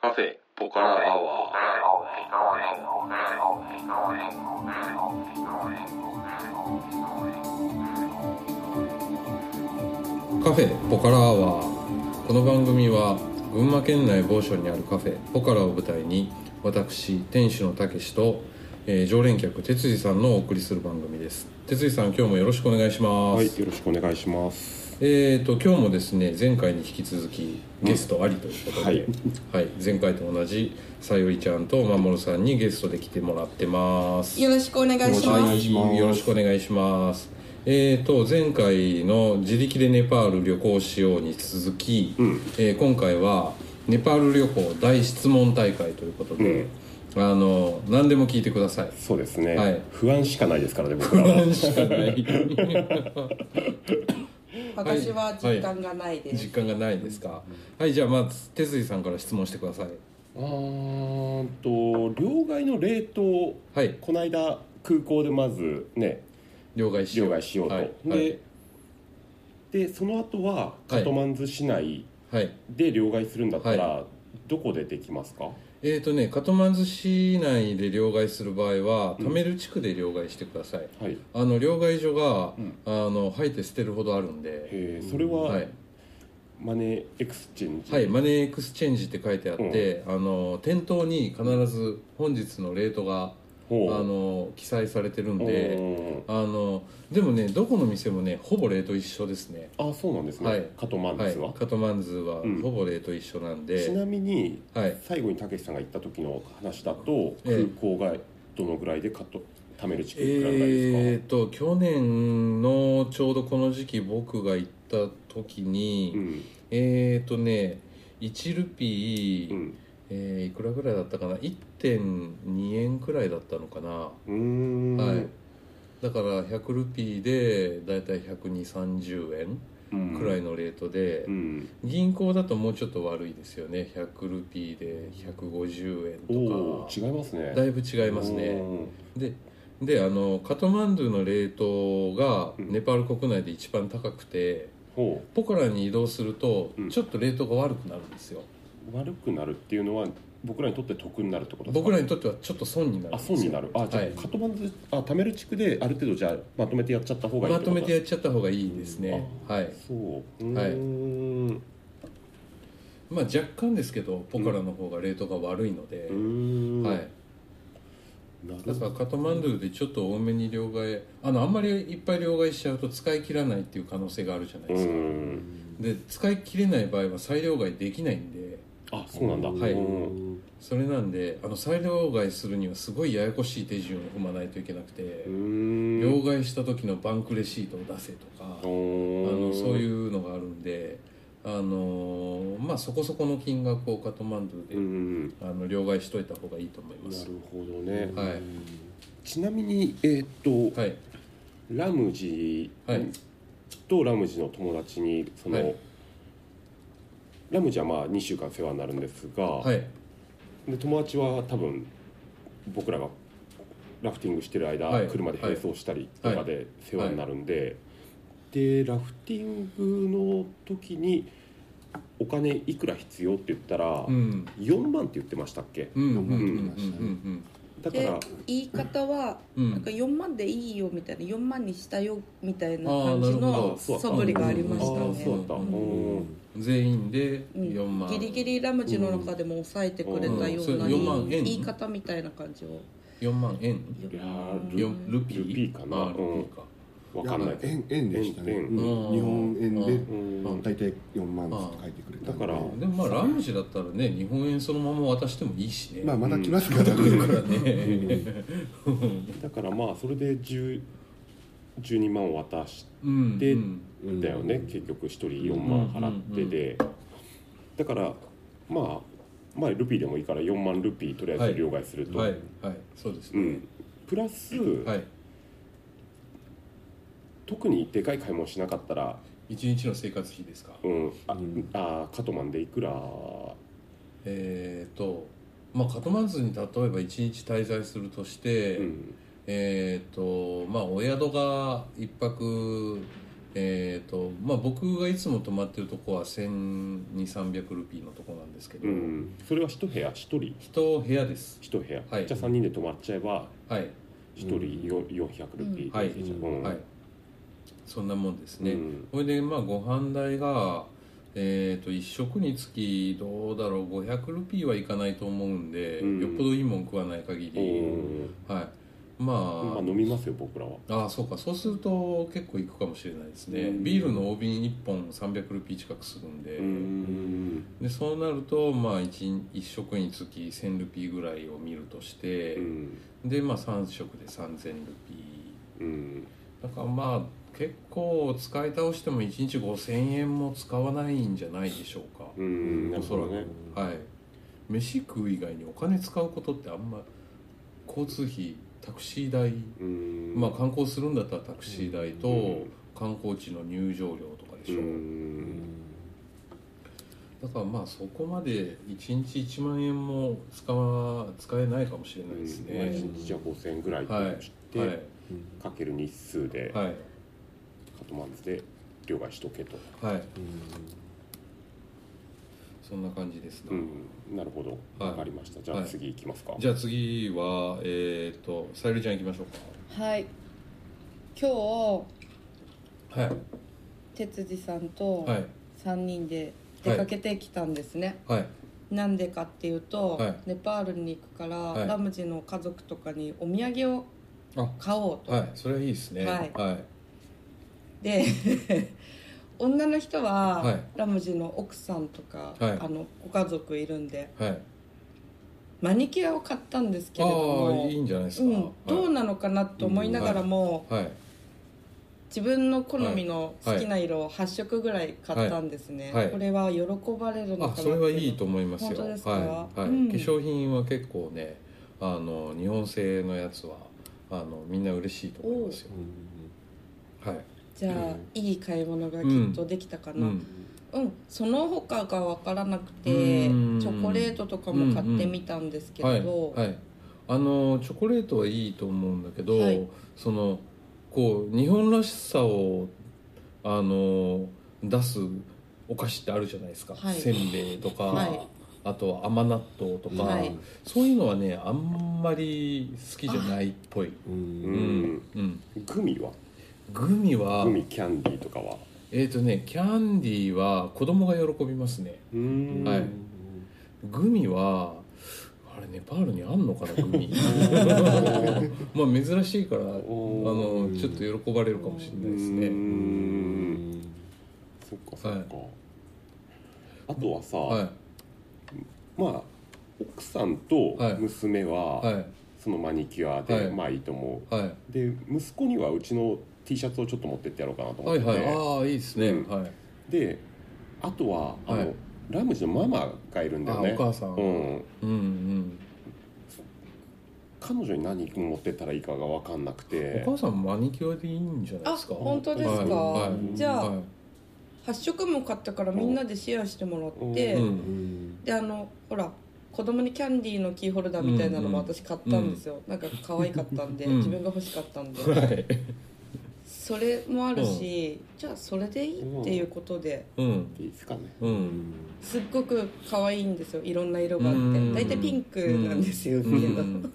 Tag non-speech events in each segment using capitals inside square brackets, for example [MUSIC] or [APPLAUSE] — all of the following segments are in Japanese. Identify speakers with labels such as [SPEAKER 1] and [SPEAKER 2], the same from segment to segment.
[SPEAKER 1] カフェポカラアワー
[SPEAKER 2] カフェポカラアワーこの番組は群馬県内某所にあるカフェポカラを舞台に私店主のたけしと、えー常連客哲司さんのお送りする番組です哲司さん今日もよろしくお願いします、
[SPEAKER 3] はい、よろしくお願いします。
[SPEAKER 2] えー、と今日もですね前回に引き続きゲストありということで、はい前回と同じさゆりちゃんとまもるさんにゲストで来てもらってます
[SPEAKER 4] よろしくお願いし
[SPEAKER 3] お
[SPEAKER 4] ま
[SPEAKER 3] 願
[SPEAKER 4] す。
[SPEAKER 3] いします
[SPEAKER 2] よろしくお願いしますえー、と前回の「自力でネパール旅行しよう」に続き、
[SPEAKER 3] うん
[SPEAKER 2] えー今回は「ネパール旅行大質問大会」ということで、あの何でも聞いてください
[SPEAKER 3] そうですね、
[SPEAKER 2] はい
[SPEAKER 3] 不安しかないですからね、僕
[SPEAKER 2] 不 [LAUGHS]
[SPEAKER 3] らは。
[SPEAKER 2] 安しかない
[SPEAKER 4] 私は実感がないです。
[SPEAKER 2] 実感がないですかはいじゃあまず哲司さんから質問してください
[SPEAKER 3] あんと、両替の冷凍、
[SPEAKER 2] はい
[SPEAKER 3] この間、空港でまずね、
[SPEAKER 2] 両替しよ
[SPEAKER 3] 両
[SPEAKER 2] う
[SPEAKER 3] 替しようと。
[SPEAKER 2] はい
[SPEAKER 3] で、
[SPEAKER 2] はい
[SPEAKER 3] で、その後は、カトマンズ市内
[SPEAKER 2] はい
[SPEAKER 3] で両替するんだったら、どこでできますか
[SPEAKER 2] えーとねカトマンズ市内で両替する場合はタメル地区で両替してください、
[SPEAKER 3] はい。へ
[SPEAKER 2] あの両替所が、
[SPEAKER 3] うん
[SPEAKER 2] あの吐いて捨てるほどあるんで、
[SPEAKER 3] えそれは、
[SPEAKER 2] はい
[SPEAKER 3] マネーエクスチェンジ。
[SPEAKER 2] はい、マネーエクスチェンジって書いてあって、あの店頭に必ず本日のレートがあ
[SPEAKER 3] ほう
[SPEAKER 2] の記載されてるんで
[SPEAKER 3] ほ
[SPEAKER 2] あのでもねどこの店もねほぼレート一緒ですね、
[SPEAKER 3] うあ、そうなんですね。
[SPEAKER 2] はい
[SPEAKER 3] カトマン
[SPEAKER 2] はい
[SPEAKER 3] ズは。、
[SPEAKER 2] カトマンズは
[SPEAKER 3] うん
[SPEAKER 2] ほぼレート一緒なん
[SPEAKER 3] ち
[SPEAKER 2] で、
[SPEAKER 3] なみに、
[SPEAKER 2] はい、
[SPEAKER 3] 最後にたけしさんが行った時の話だと
[SPEAKER 2] え
[SPEAKER 3] 空
[SPEAKER 2] え
[SPEAKER 3] 港がどのぐらいでカット貯める地区いくらぐらいです
[SPEAKER 2] えー、と去年のちょうどこの時期僕が行った時に、
[SPEAKER 3] か、うん
[SPEAKER 2] えー、とね1ルピー、
[SPEAKER 3] うん
[SPEAKER 2] えーいくらぐらいだったかな1.2円くらいだったのかな、
[SPEAKER 3] うーん
[SPEAKER 2] はいだから100ルピーでだいたい12030円
[SPEAKER 3] うん
[SPEAKER 2] くらいのレートで、
[SPEAKER 3] うん
[SPEAKER 2] 銀行だともうちょっと悪いですよね100ルピーで150円
[SPEAKER 3] お
[SPEAKER 2] と
[SPEAKER 3] お
[SPEAKER 2] か
[SPEAKER 3] 違いますね
[SPEAKER 2] だ
[SPEAKER 3] い
[SPEAKER 2] いぶ違いますねでであのカトマンドゥのレートが
[SPEAKER 3] うん
[SPEAKER 2] ネパール国内で一番高くて、
[SPEAKER 3] ほ
[SPEAKER 2] ポカラに移動すると
[SPEAKER 3] うん
[SPEAKER 2] ちょっとレートが悪くなるんですよ、
[SPEAKER 3] う悪くなるっていうのは僕らにとって得になるってことですか
[SPEAKER 2] 僕らにとってはちょっと損になるん
[SPEAKER 3] あ
[SPEAKER 2] ですよ
[SPEAKER 3] 損になるあじゃあ、
[SPEAKER 2] はい
[SPEAKER 3] カトマンズあ貯める地区である程度じゃあまとめてやっちゃった方がいい
[SPEAKER 2] まとめて
[SPEAKER 3] や
[SPEAKER 2] やっちゃった方がいいですね、
[SPEAKER 3] うん
[SPEAKER 2] はい
[SPEAKER 3] そうう
[SPEAKER 2] はい
[SPEAKER 3] ーん
[SPEAKER 2] まあ若干ですけどポカラの方がレートが悪いので
[SPEAKER 3] う、ーん
[SPEAKER 2] はい、
[SPEAKER 3] なる
[SPEAKER 2] だ
[SPEAKER 3] ほ
[SPEAKER 2] から
[SPEAKER 3] ど
[SPEAKER 2] カトマンドゥでちょっと多めに両替あのあんまりいっぱい両替しちゃうと使い切らないっていう可能性があるじゃないうですか、
[SPEAKER 3] ーん
[SPEAKER 2] で使い切れない場合は再両替できないんで
[SPEAKER 3] あそうなんだ
[SPEAKER 2] はいう
[SPEAKER 1] うんん
[SPEAKER 2] それなんであの再両替するにはすごいややこしい手順を踏まないといけなくて、
[SPEAKER 3] うーん
[SPEAKER 2] 両替した時のバンクレシートを出せとか、
[SPEAKER 3] あ
[SPEAKER 2] あの
[SPEAKER 3] の
[SPEAKER 2] そう
[SPEAKER 3] う
[SPEAKER 2] いうのがあるんで、あのーまあ、そこそこの金額をカトマンドゥで、
[SPEAKER 3] ん、な
[SPEAKER 2] あの両替しといた方がいいと思います
[SPEAKER 3] るほどね、
[SPEAKER 2] はい
[SPEAKER 3] ちなみに、えーっと
[SPEAKER 2] はい
[SPEAKER 3] ラムジ
[SPEAKER 2] はい
[SPEAKER 3] ーとラムジーの友達にその、
[SPEAKER 2] はい
[SPEAKER 3] ラムジーはまあ2週間世話になるんですが、
[SPEAKER 2] はい
[SPEAKER 3] で友達は多分僕らがラフティングしてる間、
[SPEAKER 2] はい
[SPEAKER 3] 車で並走したりとかで世話になるんで、でラフティングの時にお金いくら必要って言ったら、
[SPEAKER 2] うん
[SPEAKER 3] 4万って言ってましたっけ
[SPEAKER 2] うんうんうん
[SPEAKER 1] 読
[SPEAKER 2] うん
[SPEAKER 1] まれて
[SPEAKER 3] だか
[SPEAKER 4] で
[SPEAKER 3] ら
[SPEAKER 4] 言い方は
[SPEAKER 2] うんう
[SPEAKER 4] なん
[SPEAKER 2] ん
[SPEAKER 4] か4万でいいよみたいな4万にしたよみたいな
[SPEAKER 2] あー
[SPEAKER 4] 感じ
[SPEAKER 2] なるほ
[SPEAKER 4] の
[SPEAKER 3] どそう
[SPEAKER 4] 素振りがありまし
[SPEAKER 3] ああ
[SPEAKER 4] た
[SPEAKER 3] そうだ
[SPEAKER 4] ね
[SPEAKER 3] った、
[SPEAKER 2] う
[SPEAKER 3] うんん
[SPEAKER 2] 全員で
[SPEAKER 4] うん
[SPEAKER 2] 4万、
[SPEAKER 4] ギリギリラムジの中でも抑えてくれたよ
[SPEAKER 2] うん
[SPEAKER 4] う
[SPEAKER 2] そ
[SPEAKER 4] な
[SPEAKER 2] れ4万円
[SPEAKER 4] 言い方みたいな感じを
[SPEAKER 2] 4万円
[SPEAKER 3] いやー
[SPEAKER 2] よ
[SPEAKER 4] うん
[SPEAKER 2] ルピー
[SPEAKER 3] ルピーかな
[SPEAKER 2] あルピーか、
[SPEAKER 3] わかんない
[SPEAKER 1] 円円でしたね
[SPEAKER 3] 円
[SPEAKER 1] うん
[SPEAKER 2] 円
[SPEAKER 1] 日本円で
[SPEAKER 3] うん
[SPEAKER 1] まあ大体4万ずつ書いてくれたんで
[SPEAKER 3] だから
[SPEAKER 2] でもまあラムジだったらね日本円そのまま渡してもいいしね、
[SPEAKER 1] まあまた来ますか
[SPEAKER 2] ま
[SPEAKER 1] ら
[SPEAKER 2] た来る
[SPEAKER 1] ね
[SPEAKER 2] からね
[SPEAKER 1] [LAUGHS]
[SPEAKER 3] だからまあそれで10 12万を渡し
[SPEAKER 2] うん
[SPEAKER 3] で
[SPEAKER 2] うん
[SPEAKER 3] たよね、
[SPEAKER 1] うん
[SPEAKER 3] 結局1人4万払ってで、だからまあまあルピーでもいいから4万ルピーとりあえず両替すると、
[SPEAKER 2] はいはいそうです
[SPEAKER 3] う
[SPEAKER 2] ね、
[SPEAKER 3] ん、プラス、
[SPEAKER 2] はい
[SPEAKER 3] 特にでかい買い物しなかったら、
[SPEAKER 2] 一日の生活費ですか
[SPEAKER 3] うんあ
[SPEAKER 1] うん
[SPEAKER 3] あーカトマンでいくら
[SPEAKER 2] えー、とまあカトマンズに例えば1日滞在するとして、
[SPEAKER 3] うん
[SPEAKER 2] えー、とまあお宿が1泊えーとまあ、僕がいつも泊まってるとこは1200300ルピーのとこなんですけど、
[SPEAKER 3] うん、それは一部屋一人
[SPEAKER 2] 一部屋です
[SPEAKER 3] 一部屋、
[SPEAKER 2] はい
[SPEAKER 3] じゃあ3人で泊まっちゃえば
[SPEAKER 2] はい
[SPEAKER 3] 一人よ400ルピー、
[SPEAKER 2] はい
[SPEAKER 3] うん
[SPEAKER 2] はいそんなもんですね、
[SPEAKER 3] うん
[SPEAKER 2] これでまあご飯代がえー、と1食につきどうだろう500ルピーはいかないと思うんで、
[SPEAKER 3] うん
[SPEAKER 2] よっぽどいいもん食わない限
[SPEAKER 3] う
[SPEAKER 2] り、
[SPEAKER 3] ん
[SPEAKER 2] はい
[SPEAKER 3] ま
[SPEAKER 2] ま
[SPEAKER 3] あ飲みますよ僕らは
[SPEAKER 2] あああそうかそうすると結構いくかもしれないですね、
[SPEAKER 3] うん
[SPEAKER 2] ビールの大瓶1本300ルピー近くするんで、
[SPEAKER 3] うん
[SPEAKER 2] でそうなるとまあ 1, 一食につき1000ルピーぐらいを見るとして、
[SPEAKER 3] うん
[SPEAKER 2] でまあ3食で3000ルピ
[SPEAKER 3] うん
[SPEAKER 2] ーだからまあ結構使い倒しても1日5000円も使わないんじゃないでしょうか、
[SPEAKER 3] うん
[SPEAKER 2] おそらく
[SPEAKER 3] なる
[SPEAKER 1] は
[SPEAKER 2] はい飯食う以外にお金使うことってあんま交通費タクシー代、
[SPEAKER 3] ほどうん
[SPEAKER 2] まあ観光するんだったらタクシー代と、
[SPEAKER 3] うん
[SPEAKER 2] 観光地の入場料とかで
[SPEAKER 3] う
[SPEAKER 2] しょ、
[SPEAKER 3] ん
[SPEAKER 2] だからまあそこまで1日1万円も使わ使えないかもしれないです
[SPEAKER 3] まあ
[SPEAKER 2] ね、
[SPEAKER 3] 一日じゃ5000円ぐらい
[SPEAKER 2] はい
[SPEAKER 3] して、
[SPEAKER 2] はい
[SPEAKER 3] かける日数で、
[SPEAKER 2] はい
[SPEAKER 3] カトマンズで両替しとけと、
[SPEAKER 2] はいそんな感じですな、
[SPEAKER 3] うん、なるほど
[SPEAKER 2] はい
[SPEAKER 3] 分かりましたじゃあ
[SPEAKER 2] はい
[SPEAKER 3] 次行きますか、
[SPEAKER 2] じゃあ次はえっ、とさゆりちゃん行きましょう
[SPEAKER 4] はい今日
[SPEAKER 2] かはい
[SPEAKER 4] 哲司さんと
[SPEAKER 2] はい
[SPEAKER 4] 3人で出かけてきたんですね、
[SPEAKER 2] はい
[SPEAKER 4] なんでかっていうと、
[SPEAKER 2] はい
[SPEAKER 4] ネパールに行くから、
[SPEAKER 2] はい
[SPEAKER 4] ラムジの家族とかにお土産を
[SPEAKER 2] あ
[SPEAKER 4] 買おうと、
[SPEAKER 2] はいそれはいいですね
[SPEAKER 4] はい
[SPEAKER 2] はい
[SPEAKER 4] で [LAUGHS] 女の人は、
[SPEAKER 2] はい
[SPEAKER 4] ラムジの奥さんとか、
[SPEAKER 2] はい
[SPEAKER 4] あのご家族いるんで
[SPEAKER 2] はい
[SPEAKER 4] マニキュアを買ったんですけ
[SPEAKER 2] あ
[SPEAKER 4] れど
[SPEAKER 2] あ
[SPEAKER 4] も
[SPEAKER 2] いいんじゃないです
[SPEAKER 4] う
[SPEAKER 2] か、
[SPEAKER 4] ん、どうなのかなと思いながらも、
[SPEAKER 2] はい、はい
[SPEAKER 4] 自分の好みの好きな色を8色ぐらい買ったんですね、
[SPEAKER 2] はいはい
[SPEAKER 4] これは喜ばれるのかな
[SPEAKER 2] あ
[SPEAKER 4] って
[SPEAKER 2] それはいいと思いますよ
[SPEAKER 4] 本当ですか
[SPEAKER 2] はい、はい
[SPEAKER 4] うん
[SPEAKER 2] 化粧品は結構ねあの日本製のやつはあのみんな嬉しいと思いますよはい、
[SPEAKER 4] じゃあ、
[SPEAKER 1] うん
[SPEAKER 4] いい買い物がきっとできたか
[SPEAKER 2] う
[SPEAKER 4] な、
[SPEAKER 2] ん、
[SPEAKER 4] うん、その他が分からなくてチ
[SPEAKER 2] うん
[SPEAKER 4] ョコレートとかも買ってみたんですけ
[SPEAKER 2] はい、
[SPEAKER 4] ど、
[SPEAKER 2] はい、あのチョコレートはいいと思うんだけど、
[SPEAKER 4] はい
[SPEAKER 2] そのこう日本らしさをあの出すお菓子ってあるじゃないですか、
[SPEAKER 4] はい
[SPEAKER 2] せんべいとか、
[SPEAKER 4] はい
[SPEAKER 2] あとは甘納豆とか、
[SPEAKER 4] はい
[SPEAKER 2] そういうのはねあんまり好きじゃないっぽい、
[SPEAKER 3] う
[SPEAKER 2] うんんうん
[SPEAKER 3] グミは
[SPEAKER 2] グミは
[SPEAKER 3] グミキャンディーとかは
[SPEAKER 2] えっ、とねキャンディーは子供が喜びますね
[SPEAKER 3] うん
[SPEAKER 2] はいグミはあれネパールにあんのかなグ
[SPEAKER 4] [LAUGHS]
[SPEAKER 2] ミまあ珍しいからあ
[SPEAKER 3] お
[SPEAKER 2] のちょっと喜ばれるかもしれないです
[SPEAKER 3] う
[SPEAKER 2] ね
[SPEAKER 3] んそっかそっか、あとはさ、
[SPEAKER 2] は
[SPEAKER 3] まあ奥さんと娘は、
[SPEAKER 2] いはい
[SPEAKER 3] そのマニキュアで、
[SPEAKER 2] はい
[SPEAKER 3] まあいいと思
[SPEAKER 2] は
[SPEAKER 3] うで息子にはうちの T シャツをちょっと持ってってやろうかなと
[SPEAKER 2] い
[SPEAKER 3] 思
[SPEAKER 2] は
[SPEAKER 3] っ
[SPEAKER 2] い
[SPEAKER 3] てて、
[SPEAKER 2] はいああいいですね、
[SPEAKER 3] うん
[SPEAKER 2] はい
[SPEAKER 3] であとはあの、
[SPEAKER 2] はい
[SPEAKER 3] ラムジのママがいるんだ
[SPEAKER 2] あ
[SPEAKER 3] よね
[SPEAKER 2] お母さん、
[SPEAKER 3] うん、
[SPEAKER 2] うんうん
[SPEAKER 3] 彼女に何持ってったらいいかが分かんなくて
[SPEAKER 2] お母さんマニキュアでいいんじゃない
[SPEAKER 4] あ
[SPEAKER 2] ですか
[SPEAKER 4] 本当ですか、
[SPEAKER 2] はい
[SPEAKER 1] はい
[SPEAKER 4] じゃあ、
[SPEAKER 2] は
[SPEAKER 4] 8色も買ったからみんなでシェアしてもらって、
[SPEAKER 2] い、う
[SPEAKER 3] うん
[SPEAKER 4] であのほら子供にキャンディーのキーホルダーみたいなのも私買ったんですよ、なんか可愛かったんで、
[SPEAKER 2] うん
[SPEAKER 4] 自分が欲しかったんで
[SPEAKER 2] はい
[SPEAKER 4] それもあるし、じゃあそれでいいっていうことで
[SPEAKER 2] うん
[SPEAKER 3] いいですかね
[SPEAKER 2] うん
[SPEAKER 4] すっごく可愛いんですよいろんな色があっ
[SPEAKER 2] うん
[SPEAKER 4] て大体ピンクなんですよ、
[SPEAKER 2] うん
[SPEAKER 4] けど、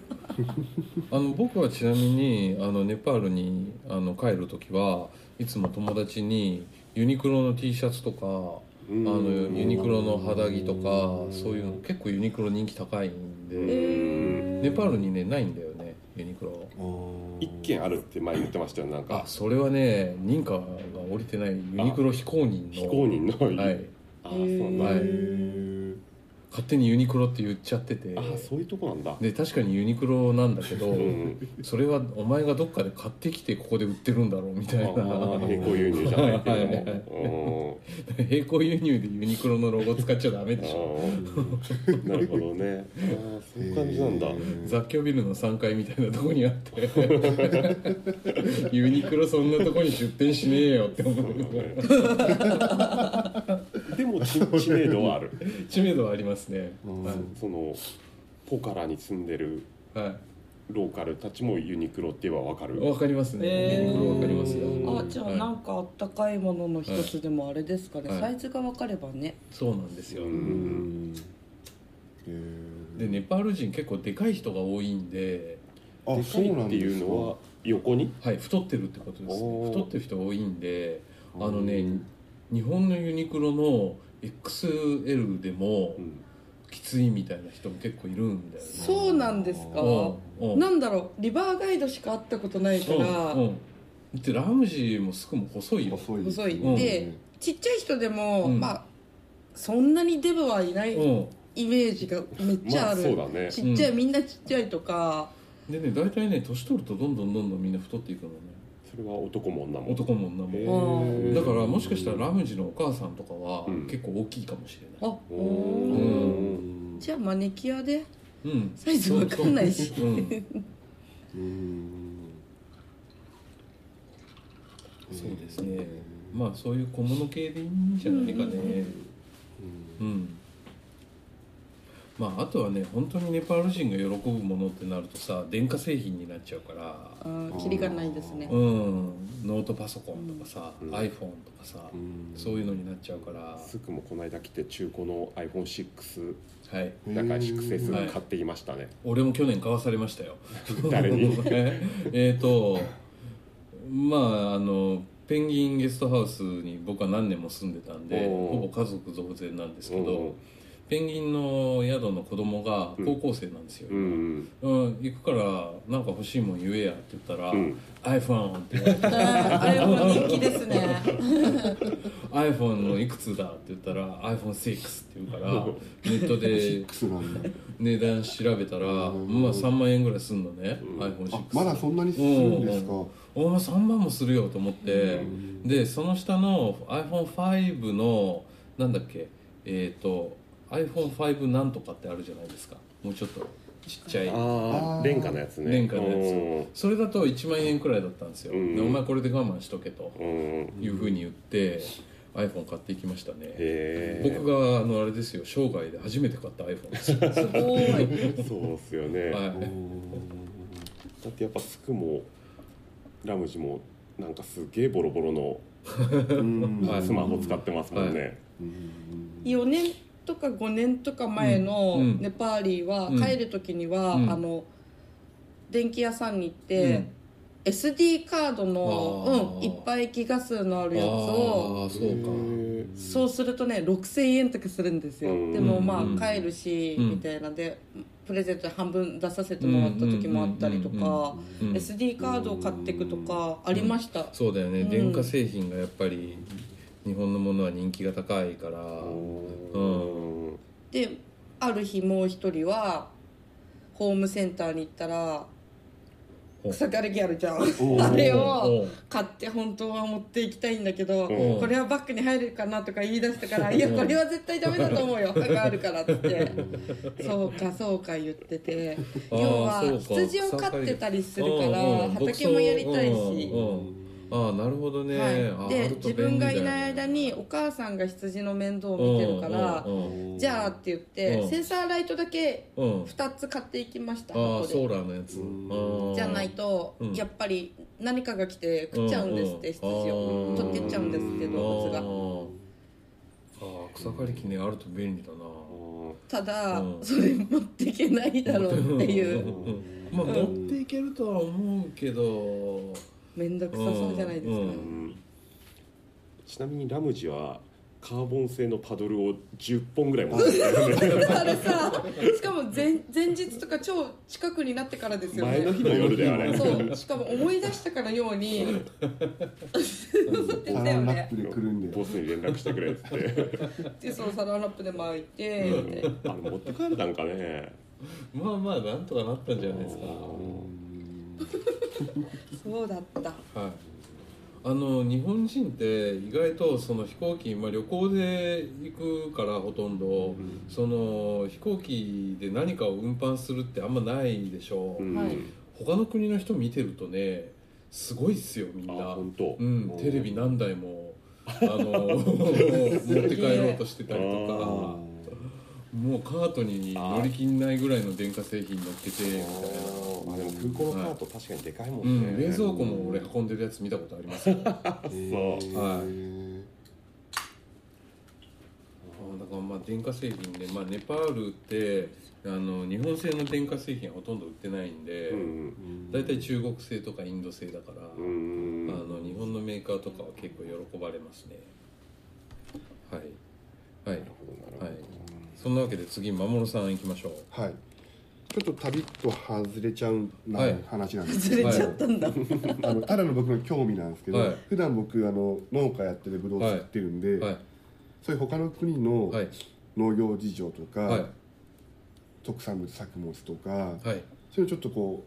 [SPEAKER 2] あの僕はちなみにあのネパールにあの帰る時はいつも友達にユニクロの T シャツとか
[SPEAKER 3] あ
[SPEAKER 2] あのユニクロの肌着と
[SPEAKER 1] うん
[SPEAKER 2] かそういうの結構ユニクロ人気高いんで
[SPEAKER 4] えー
[SPEAKER 2] ネパールにねないんだよねユニクロ
[SPEAKER 3] 一軒あるって前言ってましたよなん
[SPEAKER 2] あ
[SPEAKER 3] か
[SPEAKER 2] それはね認可が下りてないユニクロ非公認の
[SPEAKER 3] 非公認の、
[SPEAKER 2] は、い
[SPEAKER 3] あそうなんだ、
[SPEAKER 2] はい
[SPEAKER 1] へ
[SPEAKER 2] 勝手にユニクロって言っちゃってて
[SPEAKER 3] あそういうとこなんだ
[SPEAKER 2] で確かにユニクロなんだけど
[SPEAKER 3] うん
[SPEAKER 2] それはお前がどっかで買ってきてここで売ってるんだろうみた
[SPEAKER 3] あ
[SPEAKER 2] いな
[SPEAKER 3] ー並行輸入じゃないけれども
[SPEAKER 2] 並行輸入でユニクロのロゴ使っちゃダメ
[SPEAKER 3] うん
[SPEAKER 2] でしょ
[SPEAKER 3] あーなるほどねあーそういう感じなんだ、
[SPEAKER 2] 雑居ビルの3階みたいなとこにあって [LAUGHS] ユニクロそんなとこに出店しねえよって思う
[SPEAKER 3] でも知
[SPEAKER 1] [LAUGHS]
[SPEAKER 3] 知名度はある
[SPEAKER 2] 知名度はありますね
[SPEAKER 1] うん
[SPEAKER 2] は
[SPEAKER 3] そのポカラに住んでる
[SPEAKER 2] い、はい、
[SPEAKER 3] ローカルたちもユニクロって言えばわかる
[SPEAKER 2] わかりますね。
[SPEAKER 4] え
[SPEAKER 2] ユ
[SPEAKER 4] ー
[SPEAKER 2] ニクロわかりますよ。
[SPEAKER 3] うん
[SPEAKER 4] あじゃあなんかあったかいものの一つでもあれですかね、
[SPEAKER 2] はい
[SPEAKER 4] サイズが分かればね
[SPEAKER 2] そうなんですよ。
[SPEAKER 3] う
[SPEAKER 1] うんんえ
[SPEAKER 2] でネパール人結構でかい人が多いんで、
[SPEAKER 3] で
[SPEAKER 1] ー、あ
[SPEAKER 3] か
[SPEAKER 1] そう
[SPEAKER 3] い
[SPEAKER 1] な
[SPEAKER 3] っ
[SPEAKER 1] ん
[SPEAKER 3] てい
[SPEAKER 1] です
[SPEAKER 3] う
[SPEAKER 1] か
[SPEAKER 3] のは横に
[SPEAKER 2] はい、太ってるってことですね。
[SPEAKER 3] おー
[SPEAKER 2] 太ってる人が多いんで、あの
[SPEAKER 1] う
[SPEAKER 2] ね
[SPEAKER 1] ん、
[SPEAKER 2] 日本のユニクロの XL でも
[SPEAKER 3] うん
[SPEAKER 2] きついみたいな人も結構いるんだよね。
[SPEAKER 4] そうなんですか
[SPEAKER 2] うんうん
[SPEAKER 4] なんだろうリバーガイドしか会ったことないから、
[SPEAKER 2] うんうんだってラムジーもスクも細いよ。
[SPEAKER 1] 細い
[SPEAKER 4] 細い
[SPEAKER 1] うん
[SPEAKER 4] でちっちゃい人でも、
[SPEAKER 2] うん
[SPEAKER 4] まあそんなにデブはいないうイ
[SPEAKER 2] ん。
[SPEAKER 4] メージがめっち
[SPEAKER 3] ま
[SPEAKER 4] ゃあ
[SPEAKER 3] あ
[SPEAKER 4] る、
[SPEAKER 3] そうだね
[SPEAKER 4] ちっちゃい、
[SPEAKER 2] うん
[SPEAKER 4] みんなちっちゃいとか
[SPEAKER 2] でね、大体ね、年取るとどんどんどんどんみんな太っていくのね。
[SPEAKER 3] それは男も女も
[SPEAKER 2] 男も女も。
[SPEAKER 3] へー
[SPEAKER 2] だからもしかしたらラムジのお母さんとかは
[SPEAKER 3] うん
[SPEAKER 2] 結構大きいかもしれ
[SPEAKER 4] あ
[SPEAKER 2] ない。
[SPEAKER 3] お
[SPEAKER 4] おー
[SPEAKER 1] うん
[SPEAKER 4] じゃあマネキュアで
[SPEAKER 2] うん。
[SPEAKER 4] サイズわかんないし
[SPEAKER 2] そうそううん
[SPEAKER 1] うん
[SPEAKER 2] そうですね。まあそういう小物系でいいんじゃないかね。
[SPEAKER 1] うん
[SPEAKER 2] うん。まああとはね、本当にネパール人が喜ぶものってなるとさ、電化製品になっちゃうから、
[SPEAKER 4] あーキリがないですね
[SPEAKER 2] うん、ノートパソコンとかさ、
[SPEAKER 3] うん
[SPEAKER 2] iPhone とかさ、そういうのになっちゃうから、
[SPEAKER 3] スクもこの間来て中古の iPhone6
[SPEAKER 2] はい。
[SPEAKER 3] だから
[SPEAKER 2] はい
[SPEAKER 3] 6S 買ってきましたね、
[SPEAKER 2] 俺も去年買わされましたよ。
[SPEAKER 3] 誰に
[SPEAKER 2] [LAUGHS] ええーとまああのペンギンゲストハウスに僕は何年も住んでたんで
[SPEAKER 3] おう
[SPEAKER 2] ほぼ家族同然なんですけ
[SPEAKER 3] うん
[SPEAKER 2] どペンギンの宿の子供が高校生なんですよ、
[SPEAKER 3] うんうん
[SPEAKER 2] うん行くからなんか欲しいもん言えやって言ったら「
[SPEAKER 3] うん
[SPEAKER 2] iPhone」って言われて
[SPEAKER 4] あーあれも人気です
[SPEAKER 2] [LAUGHS]
[SPEAKER 4] ね
[SPEAKER 2] 「iPhone のいくつだ?」って言ったら「iPhone6」って言う
[SPEAKER 3] [LAUGHS]
[SPEAKER 2] からネットで
[SPEAKER 1] 6なんだ
[SPEAKER 2] 値段調べたら
[SPEAKER 1] うん
[SPEAKER 2] まあ3万円ぐらいすんのね
[SPEAKER 3] うん
[SPEAKER 1] あ
[SPEAKER 2] iPhone6
[SPEAKER 1] まだそんなにするんですか
[SPEAKER 2] お前3万もするよと思って、
[SPEAKER 1] うん
[SPEAKER 2] でその下の iPhone5 のなんだっけえっ、と iPhone5 なんとかってあるじゃないですかもうちょっとちっちゃい
[SPEAKER 3] あ
[SPEAKER 1] あー
[SPEAKER 3] あ廉価のやつね
[SPEAKER 2] 廉価のやそれだと1万円くらいだったんですよ、
[SPEAKER 3] うん
[SPEAKER 2] でお前これで我慢しとけと
[SPEAKER 3] うんうん
[SPEAKER 2] いうふうに言って、iPhone 買っていきましたね
[SPEAKER 3] へえ
[SPEAKER 2] 僕があのあれですよ生涯で初めて買った iPhone ですよ、
[SPEAKER 4] すごい
[SPEAKER 3] そうっすよね、
[SPEAKER 2] は
[SPEAKER 1] お
[SPEAKER 2] い、
[SPEAKER 3] だってやっぱスクもラムジもなんかすげえボロボロの
[SPEAKER 1] ーうん
[SPEAKER 2] はい
[SPEAKER 3] スマホ使ってますもんね、
[SPEAKER 1] うん
[SPEAKER 4] 4年とか5年とか前の
[SPEAKER 2] うんうん
[SPEAKER 4] ネパーリーは
[SPEAKER 2] うん
[SPEAKER 4] 帰る時には、
[SPEAKER 2] うん
[SPEAKER 4] あの電気屋さんに行って、SD カードの
[SPEAKER 2] あー
[SPEAKER 4] うんいっぱいギガ数のあ
[SPEAKER 2] あ
[SPEAKER 4] るやつを
[SPEAKER 2] あーそうか、
[SPEAKER 1] へー
[SPEAKER 4] そうするとね6000円とかするんですよ、
[SPEAKER 3] うん
[SPEAKER 4] でもま
[SPEAKER 2] うん
[SPEAKER 4] あ帰るし、
[SPEAKER 2] うん
[SPEAKER 4] みたいなんでプレゼント半分出させてもらった時もあったりとか、
[SPEAKER 2] うんうんうんうん
[SPEAKER 4] SD カードを買っていくとかありました、
[SPEAKER 2] そうだよね、
[SPEAKER 4] うん
[SPEAKER 2] 電化製品がやっぱり日本のものは人気が高いから、
[SPEAKER 3] うん
[SPEAKER 4] である日もう一人はホームセンターに行ったら
[SPEAKER 2] お
[SPEAKER 4] 草刈りギャルじゃん
[SPEAKER 1] お
[SPEAKER 4] あ
[SPEAKER 1] ー
[SPEAKER 4] れを
[SPEAKER 2] おう
[SPEAKER 4] 買って本当は持っていきたいんだけど
[SPEAKER 3] うん
[SPEAKER 4] これはバッグに入るかなとか言い出したから「
[SPEAKER 2] うん
[SPEAKER 4] いやこれは絶対ダメだと思うよ歯があるから」って「そうかそうか」言ってて
[SPEAKER 2] あー
[SPEAKER 4] 要は
[SPEAKER 2] そうか
[SPEAKER 4] 羊を飼ってたりするか
[SPEAKER 2] うんう
[SPEAKER 4] ら
[SPEAKER 2] ん
[SPEAKER 4] 畑もやりたいし
[SPEAKER 2] う。んああなるほどね、
[SPEAKER 4] はい、
[SPEAKER 2] ああ
[SPEAKER 4] で
[SPEAKER 2] ると
[SPEAKER 4] 自
[SPEAKER 2] 便利だよね
[SPEAKER 4] 分がいない間にお母さんが羊の面倒を見てるから
[SPEAKER 2] うんうん
[SPEAKER 4] じゃあって言っ
[SPEAKER 2] う
[SPEAKER 4] て
[SPEAKER 2] ん
[SPEAKER 4] センサーライトだけ
[SPEAKER 2] うんうん
[SPEAKER 4] 2つ買っていきました
[SPEAKER 2] ああ
[SPEAKER 4] 箱
[SPEAKER 2] ソ
[SPEAKER 4] で
[SPEAKER 2] ーラーのやつ
[SPEAKER 1] うん
[SPEAKER 2] ああ
[SPEAKER 4] じゃないと
[SPEAKER 2] うん
[SPEAKER 4] やっぱり何かが来て食っちゃうんですって
[SPEAKER 2] うんうん
[SPEAKER 4] 羊を
[SPEAKER 2] あー
[SPEAKER 4] 取ってっちゃうんですって動物
[SPEAKER 2] あ
[SPEAKER 4] が
[SPEAKER 2] ーあー草刈り機ねあると便利だな
[SPEAKER 4] ただ
[SPEAKER 2] うん
[SPEAKER 4] それ持っていけないだろうってい
[SPEAKER 2] ん
[SPEAKER 4] うん
[SPEAKER 2] まあ
[SPEAKER 4] うん
[SPEAKER 2] 持っていけるとは思うけど
[SPEAKER 4] 面倒くさそうじゃないです
[SPEAKER 2] う
[SPEAKER 4] か
[SPEAKER 3] うんちなみにラムジはカーボン製のパドルを10本ぐらい持ってる
[SPEAKER 4] あれさしかも前前日とか超近くになってからですよ
[SPEAKER 3] [LAUGHS] 前の
[SPEAKER 4] ね
[SPEAKER 3] 日の夜だよあれ
[SPEAKER 4] そうしかも思い出したからように
[SPEAKER 1] サランラップで来るんで
[SPEAKER 3] ボスに連絡してくれっつっ
[SPEAKER 4] [LAUGHS]
[SPEAKER 3] て
[SPEAKER 4] でそのサランラップで巻いてみたいな
[SPEAKER 3] あれ持って帰れたんかね
[SPEAKER 2] まあまあなんとかなったんじゃないですか
[SPEAKER 4] そうだった
[SPEAKER 2] はい、あの日本人って意外とその飛行機、まあ、旅行で行くからほとんど、その飛行機で何かを運搬するってあんまないでしょう、
[SPEAKER 3] うん
[SPEAKER 4] はい
[SPEAKER 2] 他の国の人見てるとねすごいっすよみん
[SPEAKER 3] あ
[SPEAKER 2] な、
[SPEAKER 3] 本当
[SPEAKER 2] うん、テレビ何台
[SPEAKER 3] [LAUGHS]
[SPEAKER 2] もあの持って帰ろうとしてたりとか。もうカートに乗りきんないぐらいの電化製品乗っけてみたいな
[SPEAKER 3] ーまあでも空港のカート確かにでかいも
[SPEAKER 2] うん
[SPEAKER 3] ね、
[SPEAKER 2] ん、冷蔵庫も俺運んでるやつ見たことありますよあだか
[SPEAKER 1] そう
[SPEAKER 2] はい
[SPEAKER 1] い
[SPEAKER 2] らまあ電化製品で、まあ、ネパールってあの日本製の電化製品はほとんど売ってないんで
[SPEAKER 3] うん
[SPEAKER 2] 大体、中国製とかインド製だから、
[SPEAKER 3] う
[SPEAKER 2] あ
[SPEAKER 3] ん
[SPEAKER 2] の日本のメーカーとかは結構喜ばれますねはいはい
[SPEAKER 3] なるほどなるほど、
[SPEAKER 2] はいそんなわけで次守さん行きましょう
[SPEAKER 1] はいちょっと旅と外れちゃうな、
[SPEAKER 2] はい
[SPEAKER 1] 話なんです
[SPEAKER 4] ず
[SPEAKER 1] け
[SPEAKER 2] れ
[SPEAKER 1] ど
[SPEAKER 4] れ
[SPEAKER 2] ち
[SPEAKER 4] ち
[SPEAKER 2] ゃ
[SPEAKER 4] ゃ
[SPEAKER 2] っ
[SPEAKER 4] ったんだ、
[SPEAKER 1] あのただの僕の興味なんですけど、
[SPEAKER 2] はい
[SPEAKER 1] 普段僕あの農家やっててブドウ作ってるんで、
[SPEAKER 2] はい
[SPEAKER 1] そういう他の国の
[SPEAKER 2] はい
[SPEAKER 1] 農業事情とか、
[SPEAKER 2] はい
[SPEAKER 1] 特産物作物とか、
[SPEAKER 2] はい
[SPEAKER 1] そういうのちょっとこ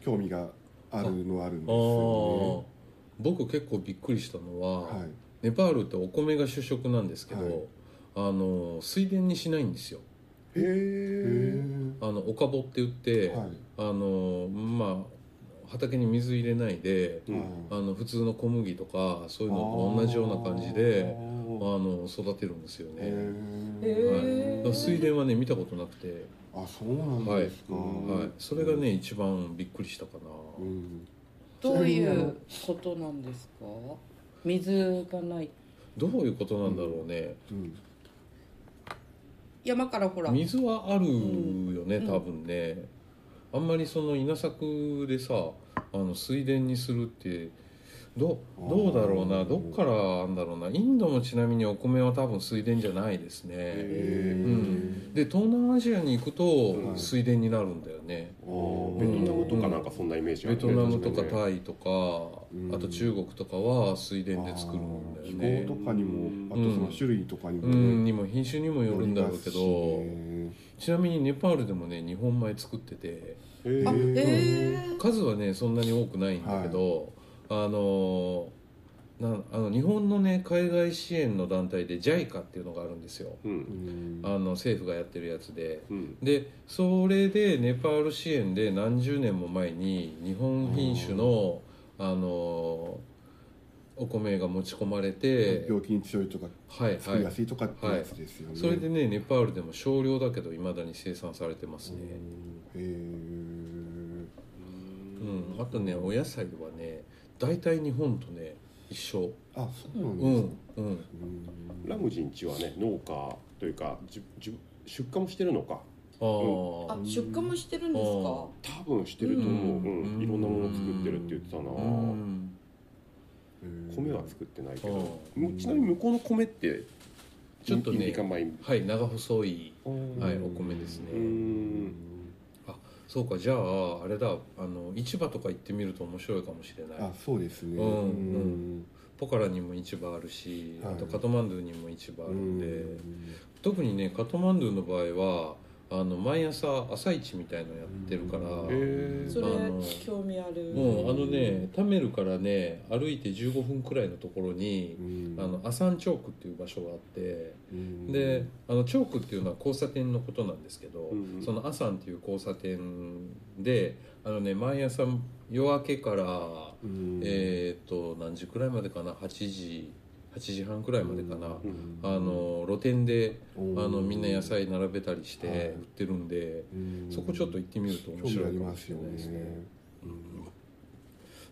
[SPEAKER 1] う興味があるのはあるんです
[SPEAKER 2] あー
[SPEAKER 1] よ
[SPEAKER 2] 僕結構びっくりしたのは、
[SPEAKER 1] ね。はい。
[SPEAKER 2] ネパールってお米が主食なんですけど、
[SPEAKER 1] はい
[SPEAKER 2] あの水田にしないんですよ
[SPEAKER 3] へ
[SPEAKER 1] へ
[SPEAKER 3] え
[SPEAKER 1] ー
[SPEAKER 2] あのおかぼって言って、
[SPEAKER 1] はい。
[SPEAKER 2] あのまあ畑に水入れないで
[SPEAKER 3] うん
[SPEAKER 1] はい
[SPEAKER 2] あの普通の小麦とかそういうのと同じような感じで
[SPEAKER 1] あ
[SPEAKER 2] あ
[SPEAKER 1] ー
[SPEAKER 2] の育てるんですよね、
[SPEAKER 1] へ
[SPEAKER 4] へ
[SPEAKER 1] ー
[SPEAKER 4] ー
[SPEAKER 2] はい、だから水田はね見たことなくて、
[SPEAKER 1] あ、そうなんですか。
[SPEAKER 3] はい
[SPEAKER 2] はい、それがね一番びっくりしたかな、
[SPEAKER 1] うん。
[SPEAKER 4] どういうことなんですか水がない
[SPEAKER 2] どういうことなんだろうね、
[SPEAKER 1] うん。
[SPEAKER 4] 山からほら
[SPEAKER 2] 水はあるよね、
[SPEAKER 4] うん
[SPEAKER 2] 多分ねあんまりその稲作でさあの水田にするってどどうだろう
[SPEAKER 1] あ
[SPEAKER 2] な
[SPEAKER 1] ー
[SPEAKER 2] どっからなんだろうなインドもちなみにお米は多分水田じゃないですね
[SPEAKER 1] へー
[SPEAKER 2] うんで東南アジアに行く
[SPEAKER 3] う
[SPEAKER 2] と
[SPEAKER 1] ん
[SPEAKER 2] 水田になるんだよね、
[SPEAKER 1] あー
[SPEAKER 3] ベトナムとかなんかそんなイメージあ
[SPEAKER 2] ベ
[SPEAKER 3] る
[SPEAKER 2] トナムとか
[SPEAKER 3] 確にね
[SPEAKER 2] タイとか、
[SPEAKER 1] うん
[SPEAKER 2] あと中国とかは水田で作るんだよ
[SPEAKER 1] 気
[SPEAKER 2] ね
[SPEAKER 1] 候とかにも、あとその種類とかにも
[SPEAKER 2] う
[SPEAKER 1] ね。
[SPEAKER 2] んにも品種にもよるんだろうけど、
[SPEAKER 1] よりますしね
[SPEAKER 2] ちなみにネパールでもね日本米作ってて
[SPEAKER 3] へー
[SPEAKER 4] あ
[SPEAKER 1] へー
[SPEAKER 4] へえ
[SPEAKER 2] 数はねそんなに多くないんだけど、あのーなあの日本のね海外支援の団体で JICA っていうのがあるんですよ
[SPEAKER 3] う
[SPEAKER 1] うんん
[SPEAKER 2] あの政府がやってるやつで
[SPEAKER 3] うん
[SPEAKER 2] でそれでネパール支援で何十年も前に日本品種のあのーお米が持ち込まれて、
[SPEAKER 1] 病気に強いとか
[SPEAKER 2] はい
[SPEAKER 1] 作りや
[SPEAKER 2] はい
[SPEAKER 1] すいとかってやつですよね。
[SPEAKER 2] それでねネパールでも少量だけどいまだに生産されてますね、
[SPEAKER 1] うん。へ
[SPEAKER 2] うん、あとねお野菜はね大体日本とね一緒
[SPEAKER 1] ーあ、そうなん
[SPEAKER 2] うん
[SPEAKER 1] です
[SPEAKER 2] うん
[SPEAKER 1] うん
[SPEAKER 3] ラムジン家はね農家というかじゅじゅ出荷もしてるのか
[SPEAKER 2] あー、
[SPEAKER 4] あ出荷もしてるんです
[SPEAKER 2] あー
[SPEAKER 4] か
[SPEAKER 3] 多分してると思う、
[SPEAKER 2] う
[SPEAKER 3] うんんいろんなもの作ってるって言ってたな、
[SPEAKER 2] うん
[SPEAKER 3] 米は作ってないけど、
[SPEAKER 1] うん
[SPEAKER 3] むちなみに向こうの米って
[SPEAKER 2] ちょっと
[SPEAKER 3] イン
[SPEAKER 2] ね
[SPEAKER 3] ディカ米
[SPEAKER 2] はい長細い、
[SPEAKER 3] うん
[SPEAKER 2] はい、お米です
[SPEAKER 3] う
[SPEAKER 2] ね
[SPEAKER 3] ん
[SPEAKER 2] そうかじゃああれだあの市場とか行ってみると面白いかもしれな
[SPEAKER 1] あ
[SPEAKER 2] い
[SPEAKER 1] そうですね
[SPEAKER 2] うん
[SPEAKER 1] うん
[SPEAKER 2] ポカラにも市場あるし、
[SPEAKER 1] はい
[SPEAKER 2] あとカトマンドゥにも市場あるんで、
[SPEAKER 1] うん
[SPEAKER 2] 特にねカトマンドゥの場合はあの毎朝朝市みたいのやってるから、
[SPEAKER 1] うん
[SPEAKER 3] へー
[SPEAKER 4] それ
[SPEAKER 2] あの
[SPEAKER 4] 興味ある
[SPEAKER 2] うん、あのねタメルからね歩いて15分くらいのところに、
[SPEAKER 1] うん
[SPEAKER 2] あのアサンチョークっていう場所があって、
[SPEAKER 1] うん
[SPEAKER 2] であのチョークっていうのは交差点のことなんですけど、
[SPEAKER 3] うん
[SPEAKER 2] そのアサンっていう交差点であのね毎朝夜明けから、
[SPEAKER 1] うん
[SPEAKER 2] えっ、と何時くらいまでかな8時8時半くらいまでかな、
[SPEAKER 3] うん
[SPEAKER 2] あの露店で
[SPEAKER 1] あ
[SPEAKER 2] あのみんな野菜並べたりして
[SPEAKER 1] はい
[SPEAKER 2] 売ってるんで、そこちょっと行ってみると面
[SPEAKER 1] 興味
[SPEAKER 2] 白
[SPEAKER 1] あ
[SPEAKER 2] い
[SPEAKER 1] り
[SPEAKER 2] かも
[SPEAKER 1] ま
[SPEAKER 2] し
[SPEAKER 1] す
[SPEAKER 2] れ
[SPEAKER 1] よ
[SPEAKER 2] ないですね
[SPEAKER 1] ね。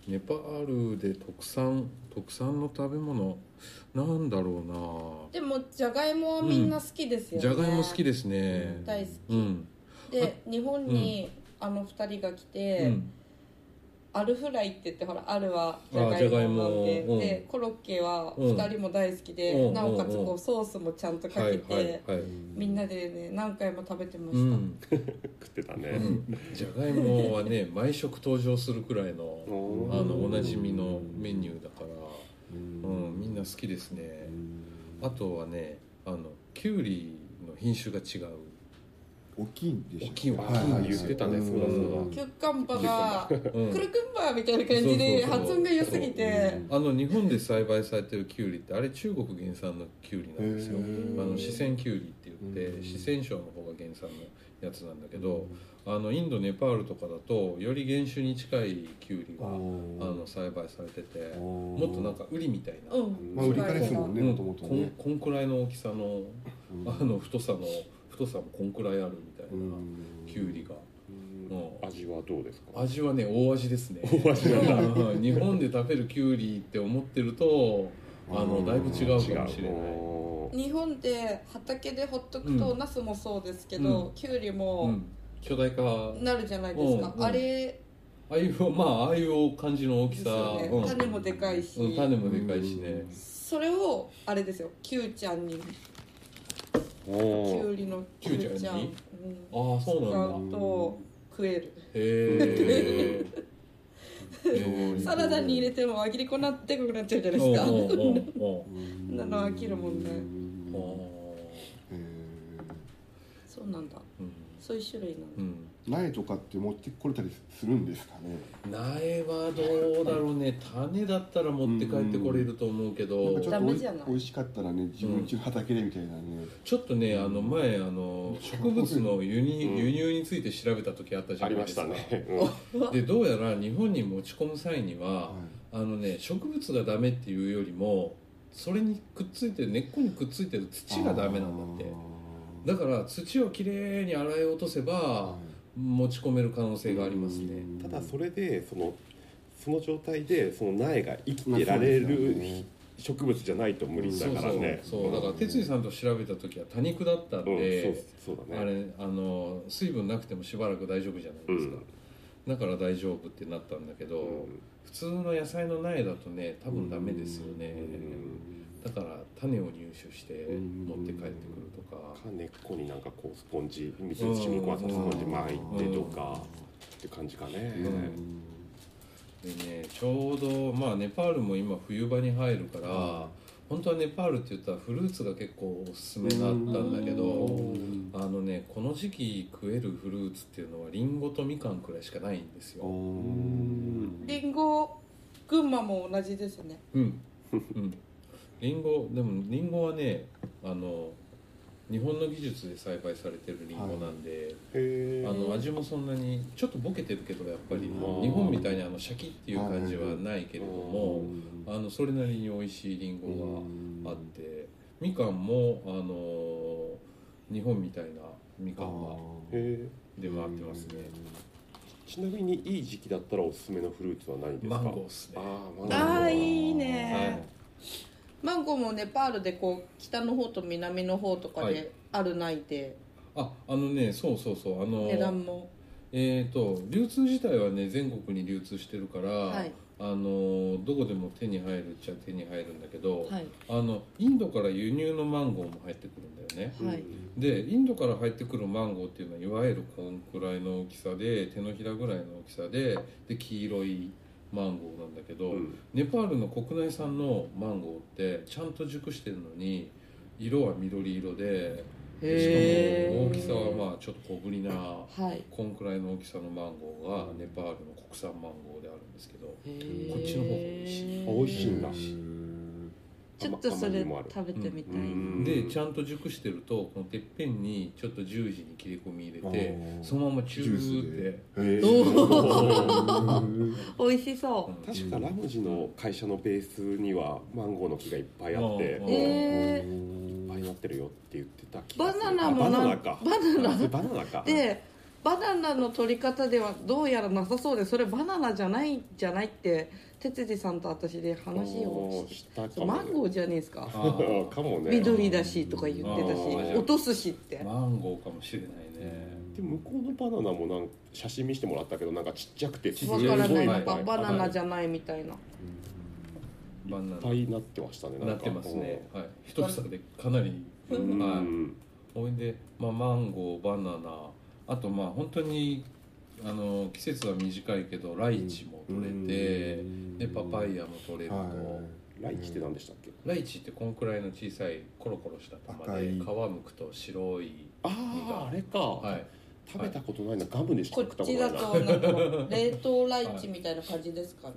[SPEAKER 1] うん
[SPEAKER 2] ネパールで特産特産の食べ物なんだろ
[SPEAKER 4] でもじゃがいもはみんな好きです
[SPEAKER 2] うな
[SPEAKER 4] よね
[SPEAKER 2] じゃがいも好きですね
[SPEAKER 4] 大好き
[SPEAKER 2] うん、
[SPEAKER 4] で日本にあの二人が来て、
[SPEAKER 2] うん、
[SPEAKER 4] アルフライって言ってほらアルは
[SPEAKER 2] あ
[SPEAKER 4] じゃがいもなん
[SPEAKER 2] じゃ
[SPEAKER 4] で、
[SPEAKER 2] がいも
[SPEAKER 4] で
[SPEAKER 2] うん
[SPEAKER 4] コロッケは
[SPEAKER 2] うん
[SPEAKER 4] 二人も大好きで、
[SPEAKER 2] うん
[SPEAKER 4] なおかつ
[SPEAKER 2] うんう
[SPEAKER 4] こ
[SPEAKER 2] ん
[SPEAKER 4] うソースもちゃんとか
[SPEAKER 2] は
[SPEAKER 4] け
[SPEAKER 2] い
[SPEAKER 4] て、
[SPEAKER 2] はいはい
[SPEAKER 4] みんなでね何回も食べてました、
[SPEAKER 2] うん、
[SPEAKER 3] 食ってたね、
[SPEAKER 2] じゃがいもはね毎食登場するくらいの
[SPEAKER 3] あ
[SPEAKER 2] あ
[SPEAKER 3] ー
[SPEAKER 2] のおなじみのメニューだから、う
[SPEAKER 1] う
[SPEAKER 2] ん、
[SPEAKER 1] ん
[SPEAKER 2] みんな好きですねあとはねあのきゅうりの品種が違う
[SPEAKER 1] 大きいんでしょ
[SPEAKER 2] 大きい大きい
[SPEAKER 1] ははは
[SPEAKER 3] 言ってたねそうだそう
[SPEAKER 4] キ
[SPEAKER 1] ん
[SPEAKER 4] ュッカンパが、
[SPEAKER 2] うん
[SPEAKER 4] クルクンバーみたいな感じで
[SPEAKER 2] そうそうそう
[SPEAKER 4] 発音が良すぎ
[SPEAKER 1] う
[SPEAKER 4] て
[SPEAKER 1] ん
[SPEAKER 2] あの日本で栽培されてるキュウリってあれ中国原産のキュウリなんですよ
[SPEAKER 1] へ
[SPEAKER 2] あ
[SPEAKER 1] ー
[SPEAKER 2] の四川キュウリって言っ
[SPEAKER 1] う
[SPEAKER 2] て
[SPEAKER 1] ん
[SPEAKER 2] 四川省の方が原産のやつなんだけどあのインドネパールとかだとより原種に近いキュウリ
[SPEAKER 1] あ
[SPEAKER 2] が
[SPEAKER 1] ー
[SPEAKER 2] あの栽培されてても
[SPEAKER 1] も
[SPEAKER 2] っとなんかウリみたいな、
[SPEAKER 4] うん、
[SPEAKER 2] うん
[SPEAKER 1] まあ売りかですもんね
[SPEAKER 2] うん
[SPEAKER 1] もともとね
[SPEAKER 2] こんこんくらいの大きさの
[SPEAKER 1] うん
[SPEAKER 2] あの太さの太さもこんくらいあるみたいな [LAUGHS] きゅうりがうん
[SPEAKER 3] 味はどうですか
[SPEAKER 2] 味はね大味ですね
[SPEAKER 3] 大味なんだ
[SPEAKER 2] うんうん日本で食べるきゅうりって思ってるとあのだいぶ違うかもしれない
[SPEAKER 3] おー
[SPEAKER 4] 日本で畑でほっとくと、
[SPEAKER 2] うん
[SPEAKER 4] ナスもそうですけど、
[SPEAKER 2] うん
[SPEAKER 4] キュウリ
[SPEAKER 2] う
[SPEAKER 4] も
[SPEAKER 2] ん巨大化あ
[SPEAKER 4] なるじゃないですか、
[SPEAKER 2] うん
[SPEAKER 4] あれ
[SPEAKER 2] あいうまあああいう感じの大
[SPEAKER 4] で
[SPEAKER 2] き
[SPEAKER 4] す
[SPEAKER 2] さ
[SPEAKER 4] よね、
[SPEAKER 2] うん
[SPEAKER 4] 種もでかいし、
[SPEAKER 2] うん種もでかいしね
[SPEAKER 1] うん
[SPEAKER 4] それをあれですよキュウちゃんに
[SPEAKER 3] お
[SPEAKER 4] キ
[SPEAKER 3] ー
[SPEAKER 4] ュウリのキュウちゃん
[SPEAKER 2] キュウ
[SPEAKER 4] うん
[SPEAKER 2] ああそうなんだ
[SPEAKER 4] 使うと食える
[SPEAKER 2] [LAUGHS] へ
[SPEAKER 1] う
[SPEAKER 2] え
[SPEAKER 1] ん
[SPEAKER 4] サラダに入れてもあぎりこなってこくなっちゃうじゃないですか
[SPEAKER 2] おうおうおう
[SPEAKER 1] な
[SPEAKER 4] なの飽きるもんね
[SPEAKER 2] おう
[SPEAKER 4] そうなんだ
[SPEAKER 2] うん
[SPEAKER 4] そういう種類なん
[SPEAKER 2] う
[SPEAKER 4] だ、
[SPEAKER 2] ん
[SPEAKER 1] 苗とかって持ってこれたりするんですかね
[SPEAKER 2] 苗はどうだろうね種だったら持って帰ってこれると思うけ
[SPEAKER 1] な
[SPEAKER 2] ど
[SPEAKER 1] んかちょっとお
[SPEAKER 4] ダメ
[SPEAKER 1] い
[SPEAKER 4] じゃない
[SPEAKER 1] 美味しかったらね自分ちの畑でみたいなね
[SPEAKER 2] ちょっとねあの前あの植物の輸入
[SPEAKER 3] うん
[SPEAKER 2] 輸入について調べた時あったじ
[SPEAKER 3] あ
[SPEAKER 2] ゃな
[SPEAKER 3] り
[SPEAKER 2] い
[SPEAKER 3] ま
[SPEAKER 2] で
[SPEAKER 3] し
[SPEAKER 2] すか
[SPEAKER 3] たね、うん
[SPEAKER 2] でどうやら日本に持ち込む際に
[SPEAKER 1] は
[SPEAKER 2] はあのね植物がダメっていうよりもそれにくっついてる根っこにくっついてる
[SPEAKER 1] い
[SPEAKER 2] 土がダメなんだってだ
[SPEAKER 1] あ
[SPEAKER 2] から土をきれいに洗い落とせ
[SPEAKER 1] ー
[SPEAKER 2] ば
[SPEAKER 1] は
[SPEAKER 2] 持ち込める可能
[SPEAKER 1] い
[SPEAKER 2] 性がありますね
[SPEAKER 1] うん
[SPEAKER 3] ただそれでそのその状態でその苗が生きてられ
[SPEAKER 1] まあそう
[SPEAKER 3] る
[SPEAKER 1] ですよね
[SPEAKER 3] 植物じゃないと無理だからね
[SPEAKER 2] そうそうそうだから哲司さんと調べた時は多肉だったん
[SPEAKER 3] うん
[SPEAKER 2] で、
[SPEAKER 3] そうそうだ
[SPEAKER 2] あ
[SPEAKER 3] ね
[SPEAKER 2] れあの水分なくてもしばらく大丈夫じゃないですか、だから大丈夫ってなったんだけど、
[SPEAKER 3] うん
[SPEAKER 2] 普通の野菜の苗だとね多分ダメですよね、
[SPEAKER 3] うん
[SPEAKER 2] だから種を入手して
[SPEAKER 1] うん
[SPEAKER 2] 持って帰ってくるとか、
[SPEAKER 3] か根っこになんかこうスポンジ水に染み込ませたスポンジ巻いてとかって感じかね、
[SPEAKER 1] うん
[SPEAKER 2] でねちょうどまあネパールも今冬場に入るから、本当はネパールって言ったらフルーツが結構おすすめだったんだけど
[SPEAKER 1] うん
[SPEAKER 2] あのねこの時期食えるフルーツっていうのはリンゴとみかんくらいしかないんですよ
[SPEAKER 1] うん
[SPEAKER 4] リンゴ群馬も同じですね
[SPEAKER 2] うん、うん、リンゴでもリンゴはねあの日本の技術で栽培されてるリンゴなんで、
[SPEAKER 3] へ
[SPEAKER 2] あ
[SPEAKER 3] ー
[SPEAKER 2] の味もそんなにちょっとボケてるけどやっぱり日
[SPEAKER 1] うん
[SPEAKER 2] 本みたいにあのシャキっていう感じはないけれど
[SPEAKER 1] う
[SPEAKER 2] も
[SPEAKER 1] ん
[SPEAKER 2] あのそれなりに美味しいリンゴがあってみかんもあのー日本みたいなみかんは
[SPEAKER 1] へー
[SPEAKER 2] 出
[SPEAKER 3] へ
[SPEAKER 2] 回ってますね
[SPEAKER 3] ーちなみにいい時期だったらおすすめのフルーツは何ですか
[SPEAKER 2] マンゴーっす
[SPEAKER 3] あ
[SPEAKER 2] ね
[SPEAKER 3] ーマンゴ
[SPEAKER 4] あ
[SPEAKER 3] ー
[SPEAKER 4] ーいいね
[SPEAKER 2] はい
[SPEAKER 4] マンゴーもネパールでこう北の方と南の方とか
[SPEAKER 2] はい
[SPEAKER 4] であるないで、
[SPEAKER 2] ああのねそうそうそうあの
[SPEAKER 4] 値段も
[SPEAKER 2] えー、と流通自体はね全国に流通してるから、
[SPEAKER 4] はい
[SPEAKER 2] あのどこでも手に入るっちゃ手に入るんだけど、
[SPEAKER 4] はい
[SPEAKER 2] あのインドから輸入のマンゴーも入ってくるんだよね
[SPEAKER 4] うんはい
[SPEAKER 2] でインドから入ってくるマンゴーっていうのはいわゆるこんくらいの大きさで手のひらぐらいの大きさでで黄色いマンゴーなんだけど、
[SPEAKER 3] うん
[SPEAKER 2] ネパールの国内産のマンゴーってちゃんと熟してるのに色は緑色でし
[SPEAKER 4] へ
[SPEAKER 2] か
[SPEAKER 4] ー
[SPEAKER 2] も大きさはまあちょっと小ぶりな
[SPEAKER 4] はい
[SPEAKER 2] こんくらいの大きさのマンゴーがネパールの国産マンゴーであるんですけど
[SPEAKER 4] こ
[SPEAKER 2] こっちの方が美味しい
[SPEAKER 3] 美味しいんだ
[SPEAKER 1] うん
[SPEAKER 4] ちょっとそ
[SPEAKER 3] 甘
[SPEAKER 4] れ
[SPEAKER 3] みもある
[SPEAKER 4] 食べてみたい、
[SPEAKER 3] うん
[SPEAKER 2] でちゃんと熟してるとこのてっぺんにちょっと十字に切れ込み入れて
[SPEAKER 1] あー
[SPEAKER 2] そのままチューっ
[SPEAKER 1] ジュ
[SPEAKER 2] て
[SPEAKER 1] へ
[SPEAKER 4] お
[SPEAKER 1] ー
[SPEAKER 4] 美味しそう、
[SPEAKER 2] うん
[SPEAKER 3] [LAUGHS] 確かラムジの会社のベースにはマンゴーの木がいっぱいあって
[SPEAKER 2] うん
[SPEAKER 3] い
[SPEAKER 2] うん
[SPEAKER 3] っ
[SPEAKER 4] え
[SPEAKER 3] ぱいなってるよって言ってた気が
[SPEAKER 4] バ
[SPEAKER 3] する
[SPEAKER 4] ナナも
[SPEAKER 3] あ
[SPEAKER 4] な
[SPEAKER 3] バナナか
[SPEAKER 4] バナナ
[SPEAKER 3] あそれバナナか
[SPEAKER 4] でバナナの取り方ではどうやらなさそうでそれバナナじゃないんじゃないって哲司さんと私で話を
[SPEAKER 3] あー
[SPEAKER 4] し
[SPEAKER 3] した
[SPEAKER 4] て
[SPEAKER 3] かも
[SPEAKER 4] マンゴーじゃねえですか
[SPEAKER 2] あー
[SPEAKER 3] かもね
[SPEAKER 4] 緑だしとか言ってたし
[SPEAKER 2] あー
[SPEAKER 4] 落とすしって
[SPEAKER 2] マンゴーかもしれないね
[SPEAKER 3] で向こうのバナナもなんか写真見せてもらったけどなんかちっちゃくてすご
[SPEAKER 4] わ
[SPEAKER 3] い
[SPEAKER 4] からない
[SPEAKER 2] わ
[SPEAKER 4] の
[SPEAKER 3] っぱ
[SPEAKER 4] か
[SPEAKER 3] い
[SPEAKER 4] バナナじゃないみたいな
[SPEAKER 2] バナ
[SPEAKER 3] いっぱいなってましたね
[SPEAKER 2] ナな
[SPEAKER 3] んか
[SPEAKER 2] ってますねはい一房でかなり
[SPEAKER 3] う
[SPEAKER 2] はい
[SPEAKER 3] ん
[SPEAKER 2] ほいで、まあ、マンゴーバナナあとまあ本当にあの季節は短いけどライチも取れて
[SPEAKER 1] うん
[SPEAKER 2] でパパイヤも取れると、
[SPEAKER 1] はい
[SPEAKER 3] ライチって何でしたっけ
[SPEAKER 2] ライチってこんくらいの小さいコロコロした玉
[SPEAKER 1] 赤
[SPEAKER 2] で
[SPEAKER 1] い
[SPEAKER 2] 皮むくと白い、
[SPEAKER 3] あ
[SPEAKER 2] ー
[SPEAKER 3] ああれか、
[SPEAKER 2] はい、
[SPEAKER 3] 食べたことないなガムでしか
[SPEAKER 4] こ
[SPEAKER 3] 食った
[SPEAKER 4] っ
[SPEAKER 3] こと
[SPEAKER 4] ち
[SPEAKER 3] な
[SPEAKER 4] だ
[SPEAKER 3] いな
[SPEAKER 4] となんか冷凍ライチみたいな感じですかね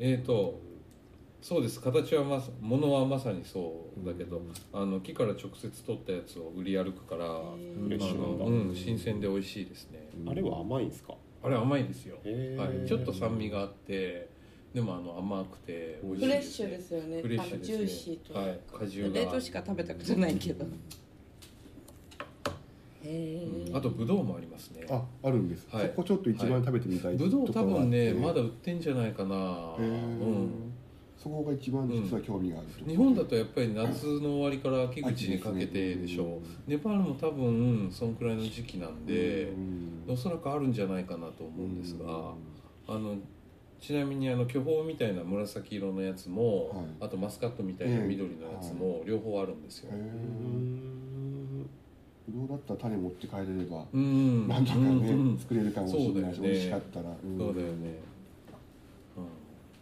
[SPEAKER 2] えーとそうです形はまさものはまさにそうだけど、
[SPEAKER 1] うん
[SPEAKER 2] あの木から直接取ったやつを売り歩くから、
[SPEAKER 4] へ
[SPEAKER 3] 嬉
[SPEAKER 2] あ
[SPEAKER 3] しい
[SPEAKER 2] の
[SPEAKER 3] なんだ
[SPEAKER 2] うん、新鮮で美味しいですね
[SPEAKER 3] あれは甘いんですか、
[SPEAKER 2] あれ甘いですよ、
[SPEAKER 3] へ
[SPEAKER 2] は
[SPEAKER 3] ー
[SPEAKER 2] い、ちょっと酸味があってでもあの甘くて美味し
[SPEAKER 4] フ
[SPEAKER 2] い
[SPEAKER 4] レ
[SPEAKER 2] で
[SPEAKER 4] ッ
[SPEAKER 2] す
[SPEAKER 4] シュ
[SPEAKER 2] ね
[SPEAKER 4] ですよね
[SPEAKER 2] フレッ
[SPEAKER 4] あ
[SPEAKER 2] シュ
[SPEAKER 4] の
[SPEAKER 2] です
[SPEAKER 4] ジ
[SPEAKER 2] ね
[SPEAKER 4] ューシーと、
[SPEAKER 2] はい果汁が
[SPEAKER 4] 冷凍しか食べたことないけどへえ
[SPEAKER 2] あとブドウもありますね
[SPEAKER 1] ああるんです、
[SPEAKER 2] はい
[SPEAKER 1] そこちょっと一番食べてみたい
[SPEAKER 2] ブドウ
[SPEAKER 1] とこ
[SPEAKER 2] 多
[SPEAKER 1] ろがあっ
[SPEAKER 2] 分
[SPEAKER 1] て
[SPEAKER 2] ねまだ売ってんじゃないかな、う
[SPEAKER 1] へえ
[SPEAKER 2] ん、
[SPEAKER 1] そこが一番実は興味があるところで
[SPEAKER 2] 日本だとやっぱり夏の終わりから秋口にかけてでしょうネパールも多分そんくらいの時期なんで、
[SPEAKER 1] うん
[SPEAKER 2] おそらくあるんじゃないかなと思うんですが、あのちなみにあの巨峰みたいな紫色のやつも、
[SPEAKER 1] はい
[SPEAKER 2] あとマスカットみたいな緑のやつも両方あるんですよ、
[SPEAKER 1] へ
[SPEAKER 3] う
[SPEAKER 1] え
[SPEAKER 3] ん
[SPEAKER 1] ブドウだったら種持って帰れれば、
[SPEAKER 2] うん
[SPEAKER 1] なんとかね、
[SPEAKER 2] うんうん
[SPEAKER 1] 作れるかもしれないし、
[SPEAKER 2] そうだよね
[SPEAKER 1] 美味しかったら、うん
[SPEAKER 2] そうだよね、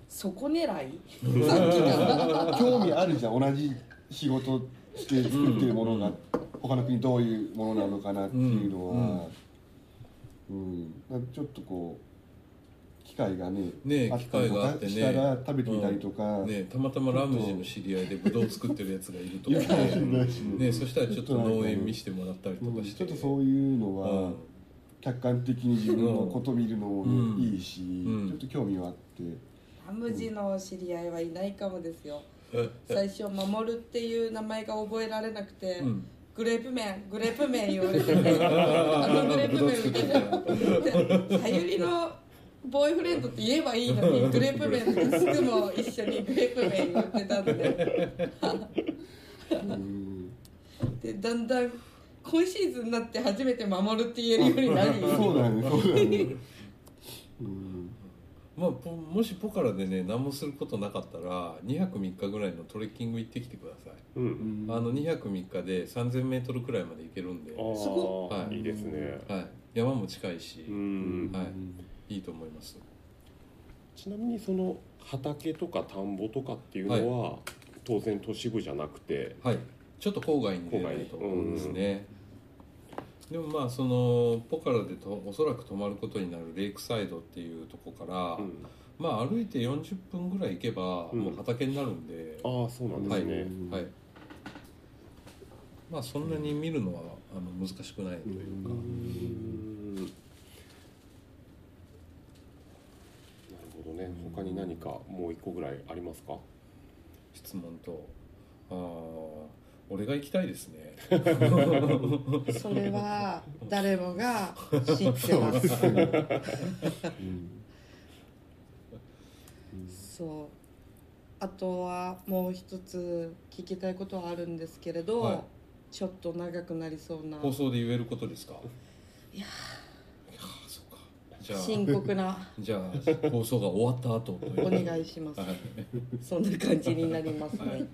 [SPEAKER 4] そこ狙い
[SPEAKER 2] うん、
[SPEAKER 4] さっきから
[SPEAKER 1] 興味あるじゃん同じ仕事して作ってるものが、
[SPEAKER 2] うん
[SPEAKER 1] 他の国どういうものなのかなっていうのは、うんなんかちょっとこう機会がね
[SPEAKER 2] ねえ
[SPEAKER 1] あったり
[SPEAKER 2] 機
[SPEAKER 1] と
[SPEAKER 2] 会があ
[SPEAKER 1] か
[SPEAKER 2] ってね
[SPEAKER 1] したら食べてみたりとか、
[SPEAKER 2] ね、たまたまラムジーの知り合いでブドウ作ってるやつがいると
[SPEAKER 1] い
[SPEAKER 2] か
[SPEAKER 1] るかもしれ
[SPEAKER 2] ね
[SPEAKER 1] ないし、
[SPEAKER 2] ねそしたらちょっと農園見してもらったりと
[SPEAKER 1] う
[SPEAKER 2] か
[SPEAKER 1] ん
[SPEAKER 2] し
[SPEAKER 1] ち
[SPEAKER 2] て、
[SPEAKER 1] ょっとそういうの
[SPEAKER 2] う
[SPEAKER 1] は
[SPEAKER 2] ん
[SPEAKER 1] 客観的に自分のこと見るのも
[SPEAKER 2] うん
[SPEAKER 1] いいし、
[SPEAKER 2] うん
[SPEAKER 1] ちょっと興味はあって、
[SPEAKER 4] ラムジの知り合いはいないかもですよ
[SPEAKER 2] え
[SPEAKER 4] 最初「守る」っていう名前が覚えられなくて、
[SPEAKER 2] うん
[SPEAKER 4] グレープ麺グレープ麺言わ
[SPEAKER 2] [LAUGHS]
[SPEAKER 4] れててあのグレープ麺みたいなさゆりのボーイフレンドって言えばいいのにグレープ麺ってすぐも一緒にグレープ麺言ってたんで
[SPEAKER 1] うん
[SPEAKER 4] でだんだん今シーズンになって初めて「守る」って言えるようになり
[SPEAKER 1] そうだよねそうだよ
[SPEAKER 2] [LAUGHS]
[SPEAKER 1] ね、うん
[SPEAKER 2] まあ、ぽもしポカラでね何もすることなかったら2泊3日ぐらいのトレッキング行ってきてください、
[SPEAKER 3] う
[SPEAKER 1] うんん
[SPEAKER 2] あの2泊3日で 3000m くらいまで行けるんで、
[SPEAKER 3] あ
[SPEAKER 2] は
[SPEAKER 3] ー
[SPEAKER 4] すご
[SPEAKER 2] いはい
[SPEAKER 3] いいですね
[SPEAKER 2] い、山も近いし、
[SPEAKER 3] うん
[SPEAKER 2] はいいいと思います
[SPEAKER 3] ちなみにその畑とか田んぼとかっていうのは当然都市部じゃなくて
[SPEAKER 2] はいちょっと郊外に出ないと思うんですね、でもまあそのポカラでとおそらく泊まることになるレイクサイドっていうとこから、
[SPEAKER 3] うん
[SPEAKER 2] まあ歩いて40分ぐらい行けば
[SPEAKER 3] うん
[SPEAKER 2] もう畑になるんで、
[SPEAKER 3] ああそうなんですね
[SPEAKER 1] うん
[SPEAKER 2] はいまあそんなに見るのはあの難しくないというか、
[SPEAKER 1] う
[SPEAKER 3] うんなるほどね他に何かもう一個ぐらいありますか
[SPEAKER 2] 質問とああ俺が行きたいです
[SPEAKER 3] [LAUGHS]
[SPEAKER 2] ね
[SPEAKER 4] それは誰もが知ってます
[SPEAKER 1] うん
[SPEAKER 4] そうあとはもう一つ聞きたいことはあるんですけれど、
[SPEAKER 2] はい
[SPEAKER 4] ちょっと長くなりそうな
[SPEAKER 2] 放送で言えることですかいや
[SPEAKER 4] いや
[SPEAKER 2] ーそうかじゃ
[SPEAKER 4] 深刻な
[SPEAKER 2] あじゃあ放送が終わった後という
[SPEAKER 4] お願いします、
[SPEAKER 2] はい
[SPEAKER 4] そんな感じになりますね、
[SPEAKER 2] はい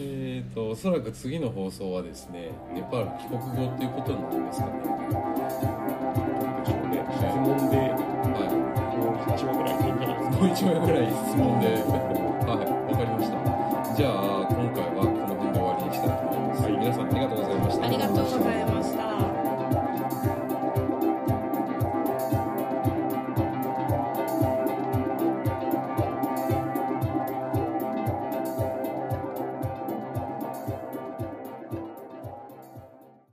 [SPEAKER 2] えーとおそらく次の放送はですねネパール帰国後ということになりますかね
[SPEAKER 3] でしょうね質問で
[SPEAKER 2] はい
[SPEAKER 3] もう8話ぐらいでいいんじゃないですか
[SPEAKER 2] [LAUGHS] もう一枚ぐらい質問ではいわかりましたじゃあ今回